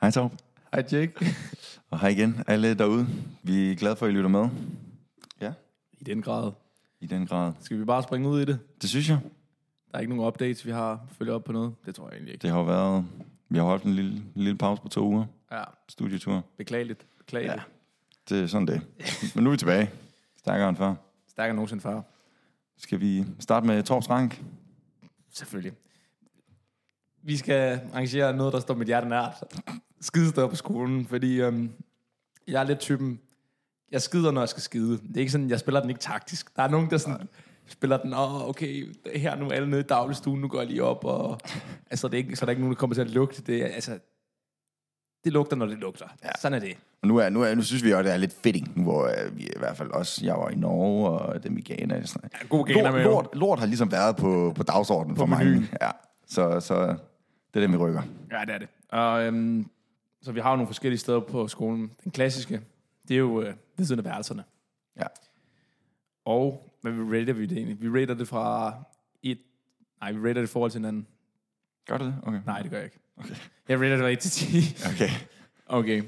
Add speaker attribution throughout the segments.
Speaker 1: Hej Torb,
Speaker 2: Hej Jake.
Speaker 1: og hej igen alle derude. Vi er glade for, at I lytter med. Ja,
Speaker 2: I den grad.
Speaker 1: i den grad.
Speaker 2: Skal vi bare springe ud i det?
Speaker 1: Det synes jeg.
Speaker 2: Der er ikke nogen updates, vi har følger op på noget. Det tror jeg egentlig ikke.
Speaker 1: Det har jo været... Vi har holdt en lille, en lille pause på to uger.
Speaker 2: Ja,
Speaker 1: Studietur.
Speaker 2: beklageligt. Beklageligt. Ja.
Speaker 1: Det er sådan det. Men nu er vi tilbage. Stærkere end før.
Speaker 2: Stærkere end nogensinde før.
Speaker 1: Skal vi starte med Torbs Rank?
Speaker 2: Selvfølgelig. Vi skal arrangere noget, der står mit hjerte nært. Skidesteder på skolen, fordi øhm, jeg er lidt typen... Jeg skider, når jeg skal skide. Det er ikke sådan, jeg spiller den ikke taktisk. Der er nogen, der sådan, spiller den, åh, oh, okay, her er nu alle nede i dagligstuen, nu går jeg lige op, og altså, det er ikke, så er der ikke nogen, der kommer til at lugte. Det, er- altså, det lugter, når det lugter. Ja. Sådan er det.
Speaker 1: Og nu, er, nu, er, nu synes vi også, det er lidt fitting, nu hvor øh, vi i hvert fald også, jeg var i Norge, og dem i Ghana. og Sådan.
Speaker 2: god Ghana med,
Speaker 1: lort,
Speaker 2: jo.
Speaker 1: lort, lort, har ligesom været på, på dagsordenen på for mange.
Speaker 2: menuen.
Speaker 1: Ja. Så, så det er dem, vi rykker.
Speaker 2: Ja, det er det. Og, øhm, så vi har jo nogle forskellige steder på skolen. Den klassiske, det er jo øh, ved siden af værelserne.
Speaker 1: Ja.
Speaker 2: Og, men vi rater vi det egentlig? Vi rater det fra et... Nej, vi rater det i forhold til hinanden.
Speaker 1: Gør du det? Okay.
Speaker 2: Nej, det gør jeg ikke. Okay. Jeg rater det fra 1 til 10.
Speaker 1: Okay.
Speaker 2: Okay.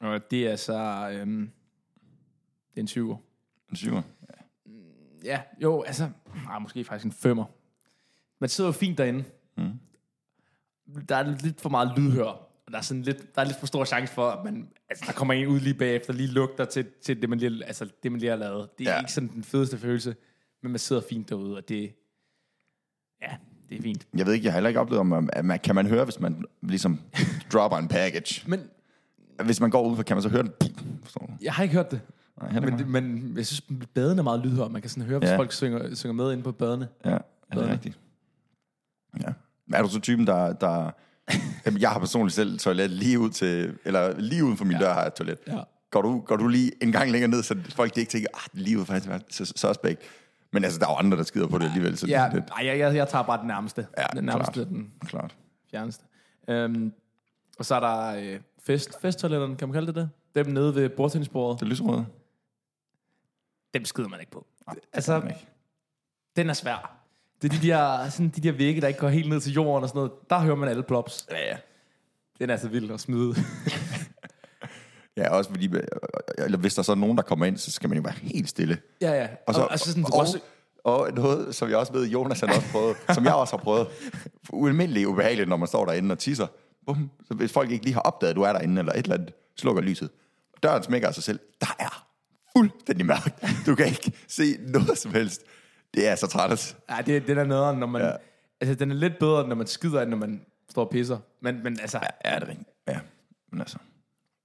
Speaker 2: Og det er så... Øhm, det er en 20'er.
Speaker 1: En syver.
Speaker 2: Ja, jo, altså... Nej, måske faktisk en 5'er. Man sidder jo fint derinde. Mm. Der er lidt for meget lydhør. Og der er, sådan lidt, der er lidt for stor chance for, at man, altså, der kommer en ud lige bagefter, lige lugter til, til det, man lige, altså, det, man lige har lavet. Det er
Speaker 1: Ja.
Speaker 2: ja. ikke sådan den fedeste følelse, men man sidder fint derude, og det, ja, det er fint.
Speaker 1: Jeg ved ikke, jeg har heller ikke oplevet, om man- at man, kan man høre, hvis man ligesom dropper en package.
Speaker 2: Men
Speaker 1: Hvis man går ud, kan man så høre den. Forstår du?
Speaker 2: jeg har ikke hørt det.
Speaker 1: Nej, heller
Speaker 2: Men,
Speaker 1: ikke.
Speaker 2: det, men jeg synes, baden er meget lydhør. Man kan sådan høre, hvis
Speaker 1: Ja.
Speaker 2: ja. folk synger, synger med inde på badene.
Speaker 1: Ja, det er
Speaker 2: Bedre.
Speaker 1: rigtigt. Ja. Er du så typen, der... der Jamen, jeg har personligt selv et toilet lige ud til... Eller lige uden for min ja. dør har jeg et toilet.
Speaker 2: Ja.
Speaker 1: Går, du, går du lige en gang længere ned, så folk de ikke tænker, "Ah, at livet faktisk er så suspect. Men altså, der er jo andre, der skider på det alligevel. Så det er
Speaker 2: Ja,
Speaker 1: sådan lidt,
Speaker 2: ej, jeg, jeg, jeg tager bare den nærmeste.
Speaker 1: Ja,
Speaker 2: den nærmeste,
Speaker 1: klart.
Speaker 2: den
Speaker 1: klart.
Speaker 2: fjerneste. Øhm, og så er der øh, fest, festtoiletterne, kan man kalde det det? Dem nede ved bordtennisbordet.
Speaker 1: Det er lyserøde.
Speaker 2: Dem skider man ikke på.
Speaker 1: Det
Speaker 2: altså,
Speaker 1: er den ikke.
Speaker 2: den er svær. Det er de der, sådan de der vægge, der ikke går helt ned til jorden og sådan noget. Der hører man alle plops.
Speaker 1: Ja, ja.
Speaker 2: Den er så vild at smide.
Speaker 1: Ja, også fordi, øh, eller hvis der så er nogen, der kommer ind, så skal man jo være helt stille.
Speaker 2: ja, ja.
Speaker 1: Og, så,
Speaker 2: altså sådan,
Speaker 1: og, og, og noget, som jeg også ved, Jonas han også prøvet, som jeg også har prøvet, ualmindeligt ubehageligt, når man står derinde og tisser. Bum, så hvis folk ikke lige har opdaget, at du er derinde, eller et eller andet, slukker lyset. Døren smækker af sig selv. Der er fuldstændig mørkt. Du kan ikke se noget som helst. Det er så træt.
Speaker 2: Ja, det, den er nederen, når man... Ja. Altså, den er lidt bedre, når man skider, end når man står og pisser. Men, men altså, ja,
Speaker 1: Ja, det er rigtigt. Ja, men altså.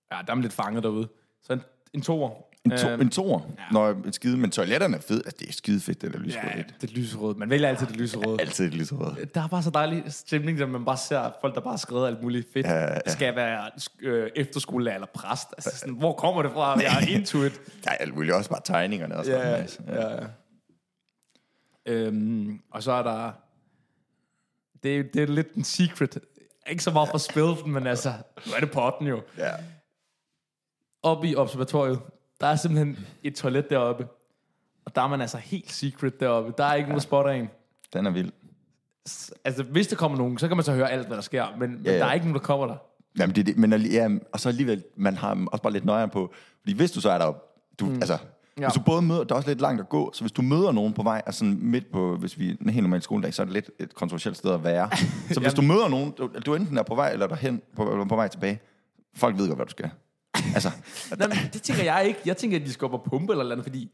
Speaker 2: der er man lidt fanget derude. Så en, en toer.
Speaker 1: En, to,
Speaker 2: Øhm,
Speaker 1: en toer, ja. når et skide, men toiletterne er fed. Altså, det er skide fedt, det der lyserøde.
Speaker 2: ja,
Speaker 1: Ja.
Speaker 2: det lyserøde. Man vælger altid det lyserøde.
Speaker 1: Altid det lyserøde.
Speaker 2: Der er bare så dejlig stemning, når man bare ser folk, der bare har skrevet alt muligt fedt.
Speaker 1: ja, ja.
Speaker 2: Skal jeg være øh, efterskolelærer eller præst? Altså, sådan, hvor kommer det fra? Jeg er into it.
Speaker 1: Der er alt muligt også bare tegningerne. Og sådan
Speaker 2: Ja,
Speaker 1: noget. Altså,
Speaker 2: ja, ja. Øhm, og så er der... Det, er- det er lidt en secret. Ikke så meget for spillet, men altså, nu er det potten jo.
Speaker 1: ja.
Speaker 2: Oppe i observatoriet, der er simpelthen et toilet deroppe. Og der er man altså helt secret deroppe. Der er ikke ja. nogen der spotter en.
Speaker 1: Den er vild.
Speaker 2: S- Altså, hvis der kommer nogen, så kan man så høre alt, hvad der sker. Men, men
Speaker 1: ja.
Speaker 2: der er ikke nogen, der kommer der.
Speaker 1: Jamen, det, er det, men alli- ja, og så alligevel, man har også bare lidt nøjere på, fordi hvis du så er der, du, mm. altså, ja.
Speaker 2: Ja.
Speaker 1: hvis du både møder, der er også lidt langt at gå, så hvis du møder nogen på vej, altså sådan midt på, hvis vi er en helt normal skoledag, så er det lidt et kontroversielt sted at være. Så hvis du møder nogen, du, du enten er på vej, eller derhen, på, eller på vej tilbage, folk ved godt, hvad du skal. Altså,
Speaker 2: Nej, men det tænker jeg ikke. Jeg tænker, at de skal op og pumpe eller noget, fordi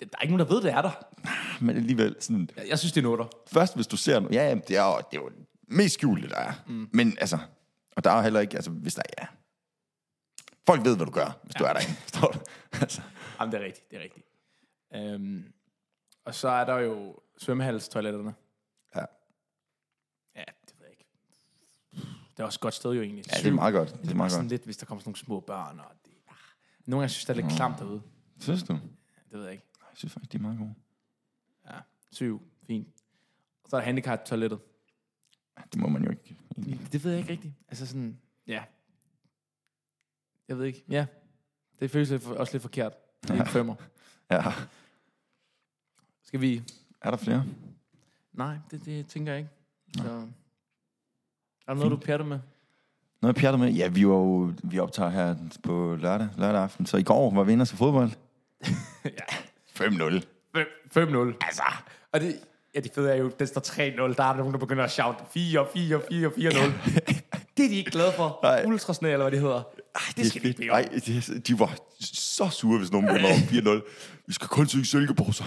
Speaker 2: der er ikke nogen, der ved, det er der.
Speaker 1: men alligevel, sådan,
Speaker 2: Jeg, jeg synes, det er noter.
Speaker 1: først hvis du ser noget, ja, jamen, det er jo, det er jo mest skjulte, der er. Mm. Men altså, og der er jo heller ikke, altså, hvis der er, ja. Folk ved, hvad du gør, hvis ja. du er derinde, forstår du? Altså,
Speaker 2: Jamen, det er rigtigt, det er rigtigt. Øhm, og så er der jo svømmehalstoiletterne.
Speaker 1: ja.
Speaker 2: Ja, det ved jeg ikke. Det er også et godt sted jo egentlig.
Speaker 1: Ja, det er meget godt. Det er meget
Speaker 2: Sådan
Speaker 1: godt.
Speaker 2: lidt, hvis der kommer sådan nogle små børn. Og det, ah. Nogle gange synes jeg, det
Speaker 1: Mm.
Speaker 2: er lidt klamt derude.
Speaker 1: Synes du?
Speaker 2: Det ved jeg ikke.
Speaker 1: Jeg synes faktisk, de er meget gode.
Speaker 2: Ja, syv. Fint. Og så er der handicap-toilettet.
Speaker 1: Det må man jo ikke.
Speaker 2: Det ved jeg ikke rigtigt. Altså sådan, ja. Jeg ved ikke. Ja, det føles lidt for- også lidt forkert. Det er en femmer.
Speaker 1: Ja.
Speaker 2: Skal vi...
Speaker 1: Er der flere?
Speaker 2: Nej, det, det tænker jeg ikke. Så... Er der noget, du pjatter med?
Speaker 1: Noget pjattet med? Ja, vi, var jo, vi optager her på lørdag, lørdag aften. Så i går var vi inde og så fodbold.
Speaker 2: ja.
Speaker 1: 5-0.
Speaker 2: 5-0. Altså. Og det, ja, det fede er jo, den står 3-0. Der er nogen, der begynder at shout 4, 4, 4, 4-0. det er de ikke glade for.
Speaker 1: Nej.
Speaker 2: Ultrasne, eller hvad det hedder. Ej, det skal vi ikke bede om.
Speaker 1: Nej, det, de var så sure, hvis nogen blev over 4-0. Vi skal kun synge Sølkeborg, så.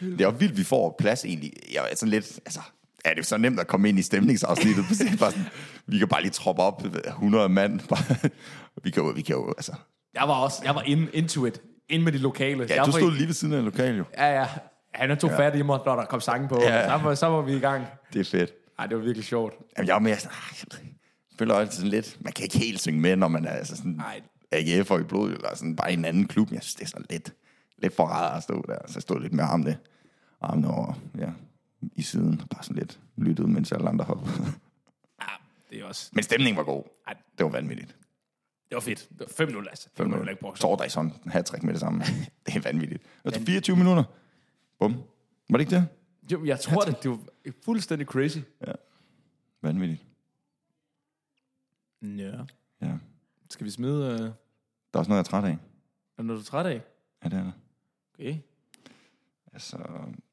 Speaker 1: Det er jo vildt, vi får plads egentlig. Jeg er sådan lidt, altså, er det så nemt at komme ind i stemningsafsnittet? På scenen? Bare sådan, vi kan bare lige troppe op 100 mand. Bare, vi kan jo, vi kan jo, altså.
Speaker 2: Jeg var også, jeg var in, into it. Ind med de lokale.
Speaker 1: Ja,
Speaker 2: jeg
Speaker 1: du
Speaker 2: var
Speaker 1: stod
Speaker 2: i,
Speaker 1: lige ved siden af lokal jo.
Speaker 2: ja, ja. Han tog ja. fat i mig, når der kom sangen på.
Speaker 1: Ja.
Speaker 2: Ja. Så, var, så var vi i gang.
Speaker 1: Det er fedt.
Speaker 2: Ej, det var virkelig sjovt.
Speaker 1: Jamen, jeg er mere sådan, ah, jeg ved ikke. Jeg føler altid sådan lidt, man kan ikke helt synge med, når man er altså sådan
Speaker 2: Nej.
Speaker 1: AGF og i blod, eller sådan bare i en anden klub. Jeg synes, det er sådan lidt, lidt forræder at stå der, så jeg stod lidt med armene, armene over, ja, i siden, og bare sådan lidt lyttede, mens alle andre hoppede.
Speaker 2: Ja, det er også...
Speaker 1: Men stemningen var god.
Speaker 2: Ej.
Speaker 1: Det var vanvittigt.
Speaker 2: Det var fedt. Det var 5-0, altså. 5-0 er ikke brugt.
Speaker 1: Tordag i sådan en hat med det samme. Det er vanvittigt. Efter 24 minutter, bum. Var det ikke det?
Speaker 2: Jo, jeg tror det. Det var fuldstændig crazy.
Speaker 1: Vanvittigt.
Speaker 2: Ja.
Speaker 1: Ja.
Speaker 2: Skal vi smide... Øh,
Speaker 1: Der er også noget, jeg er træt af.
Speaker 2: er noget, du er træt af?
Speaker 1: Ja, det er der.
Speaker 2: Okay.
Speaker 1: Altså,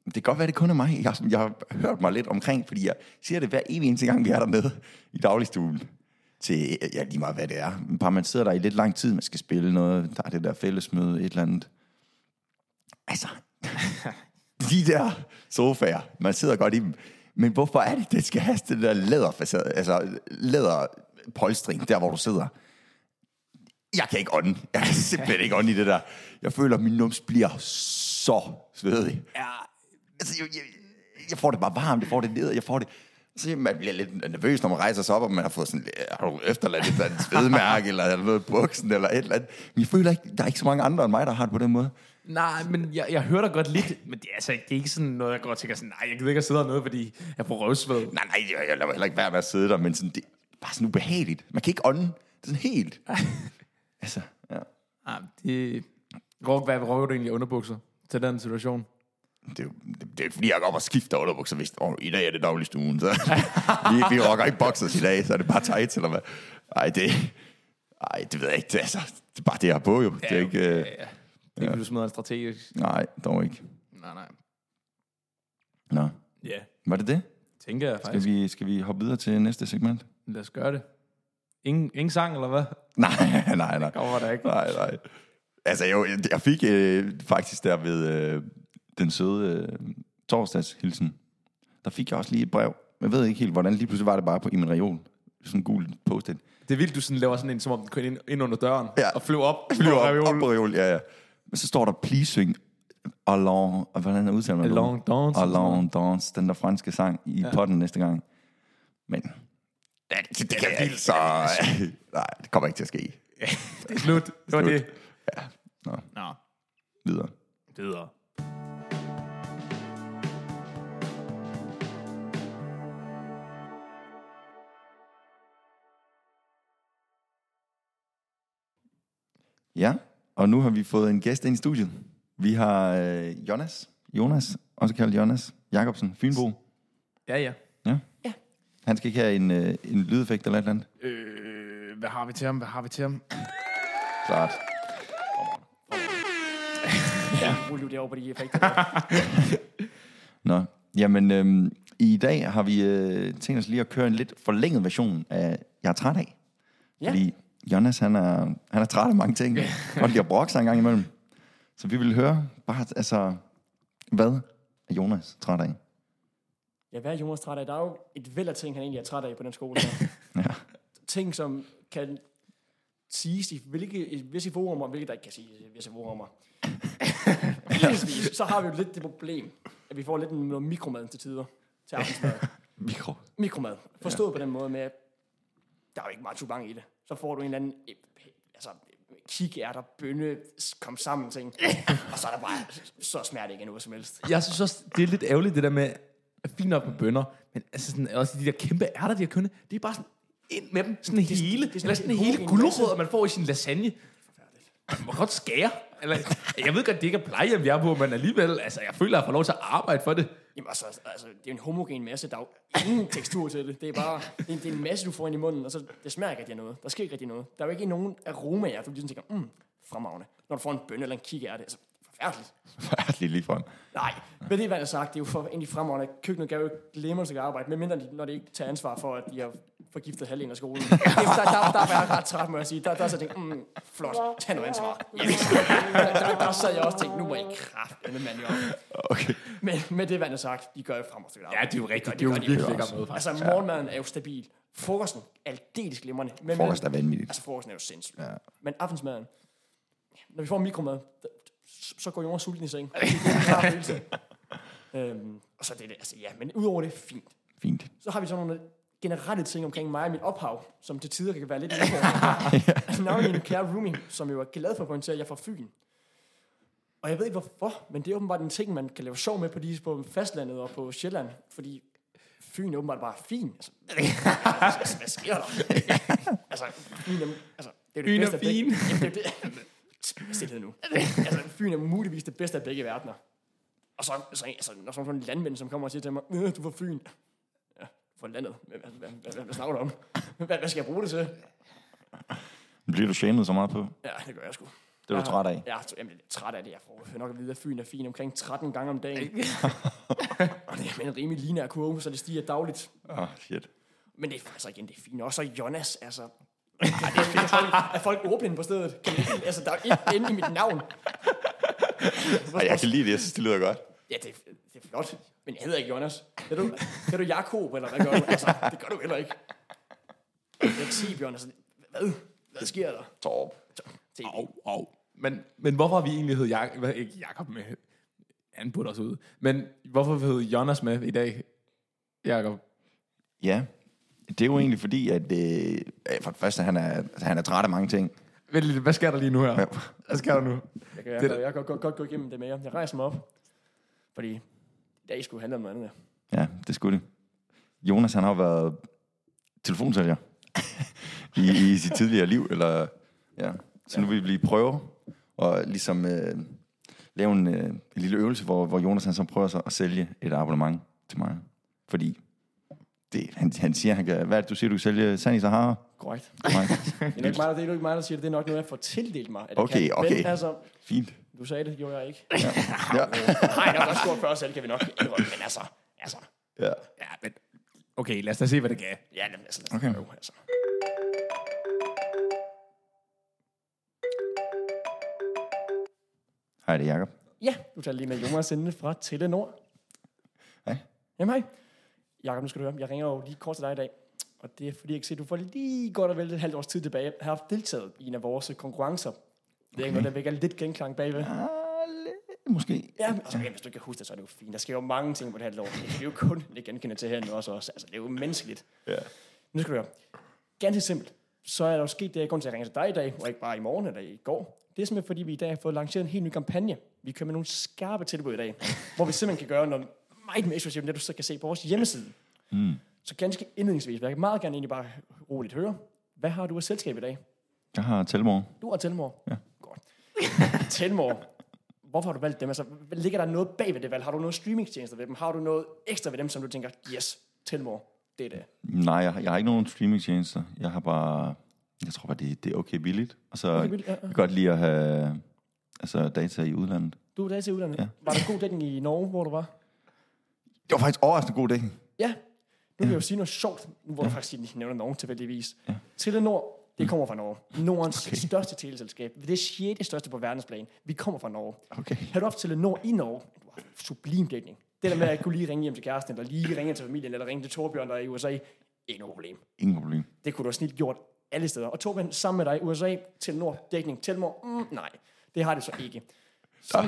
Speaker 1: det kan godt være, det kun er mig. Jeg, jeg har hørt mig lidt omkring, fordi jeg siger det hver evig eneste gang, vi er dernede i dagligstuen. Til, ja, lige meget hvad det er. Men Bare man sidder der i lidt lang tid, man skal spille noget, der er det der fællesmøde, et eller andet. Altså, de der sofaer, man sidder godt i dem. Men hvorfor er det, det skal have den der læderfacade, altså læderpolstring, der hvor du sidder? Jeg kan ikke ånde. Jeg kan simpelthen ikke ånde i det der. Jeg føler, at min nums bliver så svedig.
Speaker 2: Ja,
Speaker 1: Altså, jeg, jeg, jeg får det bare varmt, jeg får det ned, jeg får det... Så man bliver lidt nervøs, når man rejser sig op, og man har fået sådan, øh, har du efterladt et eller andet svedmærke, eller er der noget i buksen, eller et eller andet. Men jeg føler ikke, der er ikke så mange andre end mig, der har det på den måde.
Speaker 2: Nej, men jeg, jeg hører dig godt lidt, men det er, altså, ikke- det er ikke sådan noget, jeg går og tænker sådan, nej, jeg gider ikke at sidde hernede, fordi jeg får røvsved.
Speaker 1: Nej, nej, jeg, jeg lader mig heller ikke være med at sidde der, men sådan, det er bare sådan ubehageligt. Man kan ikke ånde. Det er sådan helt... altså, ja.
Speaker 2: Nej, det... Hvor, hvad røver du egentlig af underbukser til den situation?
Speaker 1: Det, er jo- det, det, er fordi, jeg går op og skifter underbukser, hvis oh, i dag er det dagligst ugen, så vi, vi rocker ikke boxers i dag, så er det bare tights, eller hvad? Ej, det, ej, det ved jeg ikke. Det, er altså, det er bare det, jeg har på, jo. Det er ikke, øh,
Speaker 2: ja. Det er, ja. du smider en strategisk.
Speaker 1: nej, dog ikke.
Speaker 2: Nej, nej.
Speaker 1: Nå,
Speaker 2: Ja,
Speaker 1: var det det?
Speaker 2: tænker jeg
Speaker 1: Skal
Speaker 2: faktisk.
Speaker 1: vi, skal vi hoppe videre til næste segment?
Speaker 2: Lad os gøre det. Ingen, ingen sang, eller hvad?
Speaker 1: Nej, nej, nej.
Speaker 2: Kommer der ikke.
Speaker 1: Nej, nej. Altså jo, jeg- jeg fik øh, faktisk der ved øh, den søde øh, torsdagshilsen, der fik jeg også lige et brev. Jeg ved ikke helt, hvordan lige pludselig var det bare på, i min reol. Sådan en gul post-it.
Speaker 2: Det er vildt, du sådan laver sådan en, som om den kører ind, ind under døren
Speaker 1: Ja.
Speaker 2: og flyver op.
Speaker 1: Flyver
Speaker 2: på
Speaker 1: op,
Speaker 2: reolen.
Speaker 1: op på reol, ja, ja. Men så står der, please sing along, og hvordan er udtalen?
Speaker 2: Along Dance.
Speaker 1: Along Dance, den der franske sang i ja. potten næste gang. Men ja, det, det, altså- det kan jeg ikke, så... Nej, det kommer ikke til at ske.
Speaker 2: Det er slut. Det var
Speaker 1: Slut.
Speaker 2: det.
Speaker 1: Nå,
Speaker 2: Nå,
Speaker 1: videre.
Speaker 2: videre.
Speaker 1: Ja, og nu har vi fået en gæst ind i studiet. Vi har øh, Jonas, Jonas, også kaldt Jonas Jacobsen, Fynbo.
Speaker 2: Ja, ja.
Speaker 1: Ja.
Speaker 2: Ja.
Speaker 1: Han skal ikke have en, øh, en lydeffekt eller et eller andet.
Speaker 2: Øh, hvad har vi til ham? Hvad har vi til ham?
Speaker 1: Klart.
Speaker 3: rulle det over på de effekter. der.
Speaker 1: Nå, jamen øh, i dag har vi øh, tænkt os lige at køre en lidt forlænget version af Jeg er træt af.
Speaker 3: Ja.
Speaker 1: Fordi Jonas, han er, han er træt af mange ting. Og de har brokket sig en gang imellem. Så vi vil høre, bare, altså, hvad er Jonas træt af?
Speaker 3: ja, hvad er Jonas træt af? Der er jo et væld af ting, han egentlig er træt af på den skole. Her.
Speaker 1: Ja.
Speaker 3: ting, som kan siges i, hvilke, i visse forumer, hvilket der ikke kan siges i visse forumer. Indledningsvis, så har vi jo lidt det problem, at vi får lidt en- noget mikromad til tider til aftensmad.
Speaker 1: Mikro.
Speaker 3: Mikromad. Forstået på den måde med, at der er jo ikke meget tubang i det. Så får du en eller anden øh, altså, kikærter, bønne, kom sammen ting. Og så er der bare, så smager det ikke af noget som helst.
Speaker 2: jeg synes også, det er lidt ærgerligt, det der med, at fint nok med bønner, men altså sådan, også de der kæmpe ærter, de har kønne, det er bare sådan, ind med dem, sådan en hele,
Speaker 3: det er sådan
Speaker 2: eller sådan en
Speaker 3: en
Speaker 2: hele
Speaker 3: hoveding,
Speaker 2: gulerødder, man får i sin lasagne. Man må godt skære. Eller, jeg ved godt, det ikke er plejehjem, jeg er på, men alligevel, altså, jeg føler, at jeg får lov til at arbejde for det.
Speaker 3: Jamen altså, altså, det er jo en homogen masse, der er jo ingen tekstur til det. Det er bare det er, en- det er en masse, du får ind i munden, og så det smager ikke rigtig af noget. Der sker ikke rigtig noget. Der er jo ikke nogen aromaer, du ligesom tænker, mm, fremragende. Når du får en bønne eller en kikærte, altså forfærdeligt.
Speaker 1: Forfærdeligt lige foran.
Speaker 3: Nej, men det er, hvad jeg har sagt. Det er jo for, egentlig fremragende. Køkkenet gav jo ikke glemmer sig arbejde, medmindre de, når de ikke tager ansvar for, at de har forgiftet halvdelen af skolen. Det, der, der, der, var jeg ret træt med at sige. Der, der så tænkte jeg, mm, flot, tag noget ansvar. Yes. der, der, der, sad jeg også og tænkte, nu må jeg kraft, eller mand, jeg
Speaker 1: Okay.
Speaker 3: men, men det, hvad jeg har sagt, de gør jo fremragende
Speaker 2: Ja,
Speaker 3: arbejde.
Speaker 2: det er jo rigtigt. Det
Speaker 3: Det
Speaker 2: er jo
Speaker 3: gør de, det
Speaker 2: virkelig
Speaker 1: gør
Speaker 2: ikke
Speaker 1: de.
Speaker 2: noget, faktisk.
Speaker 3: Altså, morgenmaden er jo stabil. Frokosten er aldeles glimrende. Men
Speaker 1: Frokost er vanvittigt.
Speaker 3: Altså, frokosten er jo sindssygt.
Speaker 1: Ja.
Speaker 3: Ja. Men aftensmaden, når vi får mikromad, d- så så går Jonas sulten i seng. Det er en klar følelse. øhm, og så er det det, altså ja, men udover det, fint.
Speaker 1: Fint.
Speaker 3: Så har vi sådan nogle generelle ting omkring mig og mit ophav, som til tider kan være lidt udfordrende. Navnlig Altså, en kære roomie, som jo er glad for at pointere, at jeg er fra Fyn. Og jeg ved ikke hvorfor, men det er åbenbart en ting, man kan lave sjov med på, de, på fastlandet og på Sjælland, fordi Fyn er åbenbart bare fin. Altså, altså hvad sker der? altså, Fyn er, altså, det er jo det
Speaker 2: Fyn er
Speaker 3: bedste af beg-
Speaker 2: fin.
Speaker 3: Jamen, det er jo det. Stilhed nu. altså, Fyn er muligvis det bedste af begge verdener. Og så, så altså, når sådan en landmænd, som kommer og siger til mig, "Øh, du er fra Fyn. Ja, fra landet. Hvad, hvad, hvad, hvad, hvad snakker du om? Hvad, hvad skal jeg bruge det til?
Speaker 1: Bliver du shamed så meget på?
Speaker 3: Ja, det gør jeg sgu.
Speaker 1: Det er du træt af.
Speaker 3: Jeg er, jamen, jeg er træt af det. Jeg får nok at vide, at Fyn er fin omkring 13 gange om dagen. og det er med en rimelig linær kurve, så det stiger dagligt.
Speaker 1: Åh, oh, shit.
Speaker 3: Men det er altså igen, det er fint. Også og Jonas, altså... Ej, det er, fedt. folk, er folk ordblinde på stedet? Kan man ikke, altså, der er jo et inde i mit navn.
Speaker 1: Ej, jeg kan lide det. Jeg synes, det lyder godt.
Speaker 3: Ja, det, er- det er flot. Men jeg hedder ikke Jonas. Er du, er du Jakob, eller hvad gør du? Altså, det gør du heller ikke. Jeg er 10, Bjørn. Altså, hvad? Hvad sker der?
Speaker 1: Torp.
Speaker 3: Se,
Speaker 2: Au, au. Men, men hvorfor har vi egentlig hed Jak- hvad, ikke Jakob med? Han putter os ud. Men hvorfor hed Jonas med i dag, Jakob?
Speaker 1: Ja. Det er jo egentlig fordi, at øh, for det første, han er, altså, han er træt af mange ting.
Speaker 2: Vent lidt, hvad sker der lige nu her? Hvad sker der nu?
Speaker 3: Jeg kan, jeg,
Speaker 2: Det er
Speaker 3: kan- jeg kan godt, godt gå igennem det med jer. Jeg rejser mig op, fordi i dag skulle handle om noget andet.
Speaker 1: Ja, det skulle det. Jonas, han har jo været telefonsælger i, i sit tidligere liv, eller ja. Så nu vil vi lige prøve og ligesom øh, lave en, øh, en lille øvelse, hvor, hvor Jonas han så prøver så at sælge et abonnement til mig. Fordi det, han, han siger, han kan, hvad er det, du siger, du kan sælge sand i Sahara?
Speaker 3: Korrekt.
Speaker 1: til mig?
Speaker 3: Det er, nok ikke mig, der, det er nok ikke mig, der siger det. Det er nok noget, jeg får tildelt mig. At jeg
Speaker 1: Okay,
Speaker 3: kan.
Speaker 1: okay.
Speaker 3: Men altså,
Speaker 1: Fint.
Speaker 3: du sagde det, gjorde jeg ikke.
Speaker 1: Ja.
Speaker 3: Nej, jeg har godt scoret før, så det kan vi nok indrømme. Men altså, altså,
Speaker 1: ja.
Speaker 2: Ja, men okay, lad os da se, hvad det gav.
Speaker 3: ja, jamen, altså, lad os
Speaker 1: Okay.
Speaker 3: prøve, altså.
Speaker 1: Hej, det er Jacob.
Speaker 3: Ja, du tager lige med Jonas inde fra Telenor.
Speaker 1: Hej.
Speaker 3: Jamen hej. Jakob, nu skal du høre. Jeg ringer jo lige kort til dig i dag. Og det er fordi, jeg kan se, at du får lige godt og vel et halvt års tid tilbage har haft deltaget i en af vores konkurrencer. Det er ikke noget, der vækker lidt genklang bagved.
Speaker 1: Ah, Måske.
Speaker 3: Ja, men- altså, okay, hvis du ikke kan huske det, så er det jo fint. Der sker jo mange ting på det halvt år. Det er jo kun det genkende til herinde også. også. Altså, det er jo menneskeligt.
Speaker 1: Ja.
Speaker 3: Nu skal du høre. Ganske simpelt. Så er der jo sket det, grund til, at jeg ringer til dig i dag, og ikke bare i morgen eller i går. Det er simpelthen, fordi vi i dag har fået lanceret en helt ny kampagne. Vi kører med nogle skarpe tilbud i dag, hvor vi simpelthen kan gøre noget meget mere eksklusivt, end det du så kan se på vores hjemmeside. Mm. Så ganske indledningsvis, vil jeg meget gerne egentlig bare roligt høre, hvad har du af selskab i dag?
Speaker 1: Jeg har Telmor.
Speaker 3: Du har Telmor. Ja. Godt. Telmor. Hvorfor har du valgt dem? Altså, ligger der noget bag ved det valg? Har du noget streamingtjenester ved dem? Har du noget ekstra ved dem, som du tænker, yes, Telmor, det er det.
Speaker 1: Nej, jeg, har- jeg har ikke nogen streamingtjenester. Jeg har bare... Jeg tror bare, det, det er okay billigt. Og så okay,
Speaker 3: billigt,
Speaker 1: billigt,
Speaker 3: ja,
Speaker 1: ja, ja.
Speaker 3: ja.
Speaker 1: jeg kan godt lide at have altså, data i udlandet.
Speaker 3: Du er der til udlandet. Ja.
Speaker 1: Ja.
Speaker 3: Var der god dækning i Norge, hvor du var?
Speaker 1: Det var faktisk overraskende god dækning.
Speaker 3: Ja. Nu vil jeg jo sige noget sjovt, nu hvor du faktisk lige nævner Norge tilfældigvis. Ja. Telenor, det kommer fra Norge. Nordens okay. største teleselskab. Det er sjette største på verdensplan. Vi kommer fra Norge.
Speaker 1: Okay.
Speaker 3: Har du haft Telenor i Norge? Du har haft sublim dækning. Det der med, at jeg kunne lige ringe hjem til kæresten, eller lige ringe til familien, eller ringe til Torbjørn, der er i USA. Ikke noget problem.
Speaker 1: Ingen problem.
Speaker 3: Det kunne du have snilt gjort alle steder. Og Torbjørn, sammen med dig i USA, Telenor, dækning, Telmor, mm, nej, det har det så ikke.
Speaker 1: Der,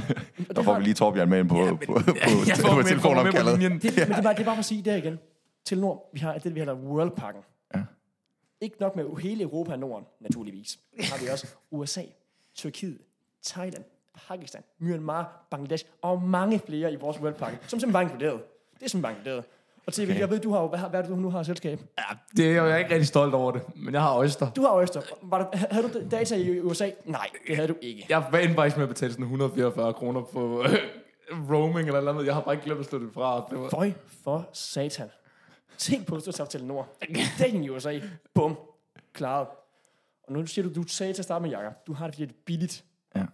Speaker 1: der får vi lige Torbjørn med ind på, ja, men, på, på,
Speaker 2: Jeg
Speaker 1: på,
Speaker 2: får
Speaker 1: på
Speaker 2: med- får med på
Speaker 1: telefonopkaldet.
Speaker 2: linjen.
Speaker 3: Det, men det er, bare, det er bare for at sige der igen. Telenor, vi har alt det, vi kalder Worldpakken.
Speaker 1: Ja.
Speaker 3: Ikke nok med hele Europa og Norden, naturligvis. Der har vi også USA, Tyrkiet, Thailand, Pakistan, Myanmar, Bangladesh og mange flere i vores Worldpakke, som simpelthen bare er inkluderet. Det er simpelthen bare inkluderet. Og TV, okay. jeg ved, du har jo, hvad, har- hvad er det, du nu har i selskab?
Speaker 2: Ja, det er jeg- jeg er ikke rigtig stolt over det, men jeg har Øster.
Speaker 3: Du har Øster. Var der, havde du data i USA? Nej, det havde du ikke.
Speaker 2: Jeg var faktisk med at betale sådan 144 kroner på øh, roaming eller noget. Jeg har bare ikke glemt at slå det fra. Det var,
Speaker 3: Føj for satan. Tænk på, hvis du tager til Nord. Den i USA. Bum. Klaret. Og nu siger du, du sagde til at starte med, Jacob, du har det, fordi det er billigt.
Speaker 1: Ja.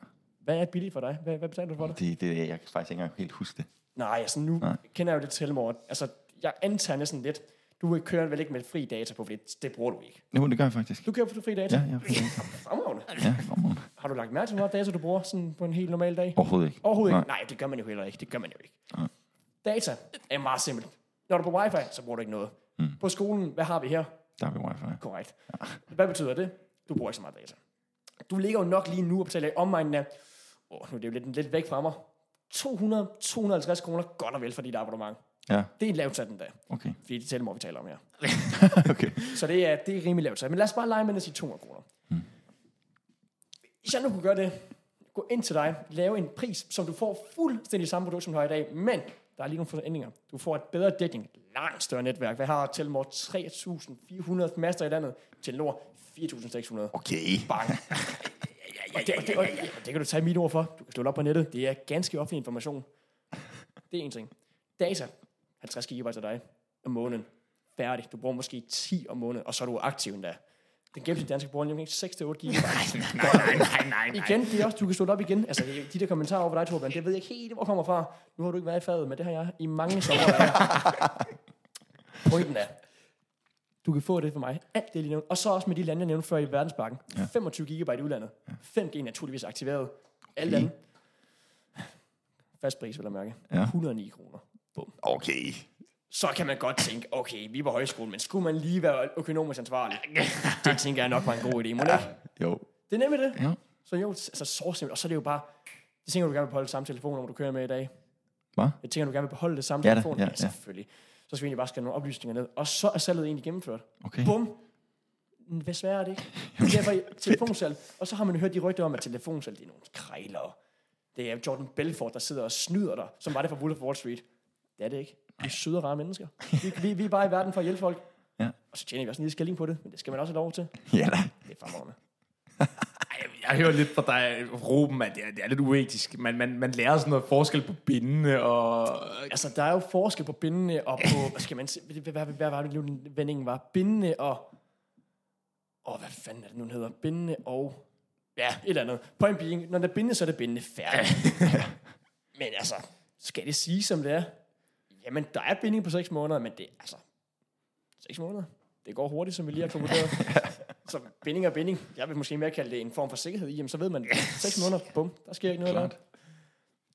Speaker 3: Hvad er billigt for dig? Hvad, hvad betaler du for det?
Speaker 1: Det, det, jeg kan faktisk ikke engang helt huske det.
Speaker 3: Nej, altså nu
Speaker 1: Nej.
Speaker 3: Nej. kender jeg jo det til, Morten. Altså, jeg antager næsten lidt. Du kører vel ikke med fri data på, fordi det bruger du ikke.
Speaker 1: Jo, det gør jeg faktisk.
Speaker 3: Du kører på fri data?
Speaker 1: Ja, ja.
Speaker 3: Fremragende.
Speaker 1: ja godmorgen.
Speaker 3: Har du lagt mærke til, hvor meget data du bruger sådan på en helt normal dag?
Speaker 1: Overhovedet ikke.
Speaker 3: Overhovedet
Speaker 1: Nej.
Speaker 3: ikke. Nej, det gør man jo heller ikke. Det gør man jo ikke. Data er meget simpelt. Når du er på wifi, så bruger du ikke noget.
Speaker 1: Mm.
Speaker 3: På skolen, hvad har vi her?
Speaker 1: Der er vi wifi.
Speaker 3: Korrekt. Hvad betyder det? Du bruger ikke så meget data. Du ligger jo nok lige nu og betaler i omegnen af, åh, nu er det jo lidt, lidt væk fra mig, 200-250 kroner godt og vel for dit abonnement.
Speaker 1: Ja,
Speaker 3: Det er lavt sat den dag.
Speaker 1: okay.
Speaker 3: Fordi det er telemor, vi taler om her.
Speaker 1: okay.
Speaker 3: Så det er, det er rimelig lavt sat. Men lad os bare lege med at sige 200 kroner. Hvis jeg nu kunne gøre det, gå ind til dig, lave en pris, som du får fuldstændig samme produkt, som du har i dag, men der er lige nogle forændringer. Du får et bedre dækning, langt større netværk. Hvad har Telemor 3.400 master i landet? Telenor 4.600.
Speaker 1: Okay.
Speaker 3: Bang. Og det, og det, og det, og det kan du tage mit ord for. Du kan slå det op på nettet. Det er ganske offentlig information. Det er en ting. Data. 50 GB til dig om måneden. Færdig. Du bruger måske 10 om måneden, og så er du aktiv endda. Den gennemsnitlige danske bruger nemlig 6-8 GB.
Speaker 4: nej, nej, nej, nej.
Speaker 3: Igen, det er også, du kan slå det op igen. Altså, de der kommentarer over for dig, Torben, det ved jeg ikke helt, hvor kommer fra. Nu har du ikke været i faget, men det har jeg i mange sommer. Pointen er, du kan få det for mig. Alt det, de nævnte. Og så også med de lande, jeg nævnte før i verdensbakken. Ja. 25 gigabyte i udlandet. Ja. 5G naturligvis aktiveret. Alle lande. Fast pris, vil jeg mærke.
Speaker 1: Ja.
Speaker 3: 109 kroner. Bum.
Speaker 1: Okay.
Speaker 3: Så kan man godt tænke, okay, vi var højskolen, men skulle man lige være økonomisk ansvarlig? Det tænker jeg nok var en god idé, må ja.
Speaker 1: Jo.
Speaker 3: Det er nemlig det.
Speaker 1: Ja.
Speaker 3: Så jo, altså så simpelt. Og så er det jo bare, det tænker du gerne vil beholde samme telefonnummer, du kører med i dag.
Speaker 1: Hvad?
Speaker 3: Jeg tænker, du gerne vil beholde det samme
Speaker 1: Ja da,
Speaker 3: telefon.
Speaker 1: ja, ja.
Speaker 3: selvfølgelig. Så skal vi egentlig bare skrive nogle oplysninger ned. Og så er salget egentlig gennemført.
Speaker 1: Okay.
Speaker 3: Bum! Hvad svært er det ikke? Det er Derfor telefonsalg. Og så har man jo hørt de rygter om, at telefonsalg, det er nogle krejlere. Det er Jordan Belfort, der sidder og snyder dig, som var det fra Wolf of Wall Street. Det er det ikke. Vi er søde og rare mennesker. Vi, vi, vi er bare i verden for at hjælpe folk.
Speaker 1: Ja.
Speaker 3: Og så tjener vi også en lille skilling på det, men det skal man også have lov til.
Speaker 1: Ja da.
Speaker 3: Det er fremragende.
Speaker 2: Ej, jeg hører lidt fra dig, Ruben, at det er, det er lidt uetisk. Man, man, man lærer sådan noget forskel på bindene og...
Speaker 3: Altså, der er jo forskel på bindende og på... Hvad skal man se? Hvad, hvad, hvad, hvad var det nu, den vendingen var? Bindende og... Åh, oh, hvad fanden er det nu, den hedder? Bindende og... Ja, et eller andet. Point being, når det er bindende, så er det bindende færdigt. men altså, skal det sige, som det er? Jamen, der er binding på 6 måneder, men det er altså... 6 måneder? Det går hurtigt, som vi lige har konkluderet. så binding og binding. Jeg vil måske mere kalde det en form for sikkerhed i. Jamen, så ved man, 6 måneder, bum, der sker ikke noget.
Speaker 1: Klart.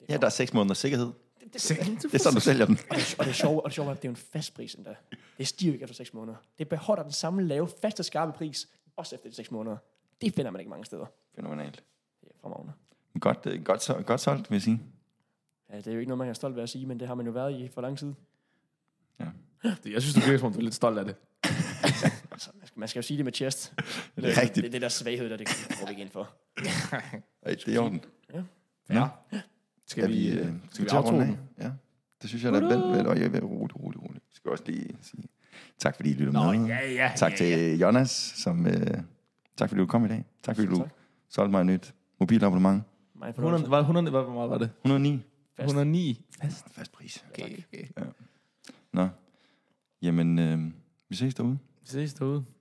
Speaker 3: Der.
Speaker 1: Ja, der er seks måneders sikkerhed.
Speaker 2: Det,
Speaker 1: Det er sådan, du sælger den.
Speaker 3: Og det sjove, og det sjove er, at det er jo en fast pris endda. Det stiger jo ikke efter 6 måneder. Det beholder den samme lave, faste, skarpe pris, også efter de 6 måneder. Det finder man ikke mange steder.
Speaker 1: Fænomenalt.
Speaker 3: Det er fremragende.
Speaker 1: Godt, øh, godt, så- godt solgt, vil jeg sige.
Speaker 3: Ja, det er jo ikke noget, man er stolt ved at sige, men det har man jo været i for lang tid.
Speaker 2: jeg synes, du virker som om, du er lidt stolt af det.
Speaker 3: Altså, man, skal, man skal jo sige det med chest.
Speaker 1: Det er rigtigt.
Speaker 3: Det er det der svaghed, der det går vi ikke ind for.
Speaker 1: Ej, det er i orden.
Speaker 2: Ja.
Speaker 1: Skal
Speaker 2: Skal
Speaker 1: vi,
Speaker 2: vi,
Speaker 1: øh,
Speaker 2: øh,
Speaker 1: skal vi tage
Speaker 2: afto
Speaker 1: runden
Speaker 2: den?
Speaker 1: af? Ja. Det synes jeg, der er vel, vel, og jeg vil roligt, roligt, roligt. Skal også lige sige tak, fordi I lyttede med.
Speaker 2: Ja, ja.
Speaker 1: Tak
Speaker 2: ja, ja.
Speaker 1: til Jonas, som... Øh, tak fordi du kom i dag. Tak fordi
Speaker 3: Selv
Speaker 1: du
Speaker 3: tak.
Speaker 1: solgte mig et nyt mobilabonnement.
Speaker 3: Mig en
Speaker 2: 100,
Speaker 3: fornøjelse.
Speaker 2: var, 100, hvad, hvor meget var det?
Speaker 1: 109.
Speaker 2: 109. Fast.
Speaker 1: Fast pris.
Speaker 2: Okay, okay.
Speaker 1: Nå. Jamen, øh, vi ses derude.
Speaker 2: Vi ses derude.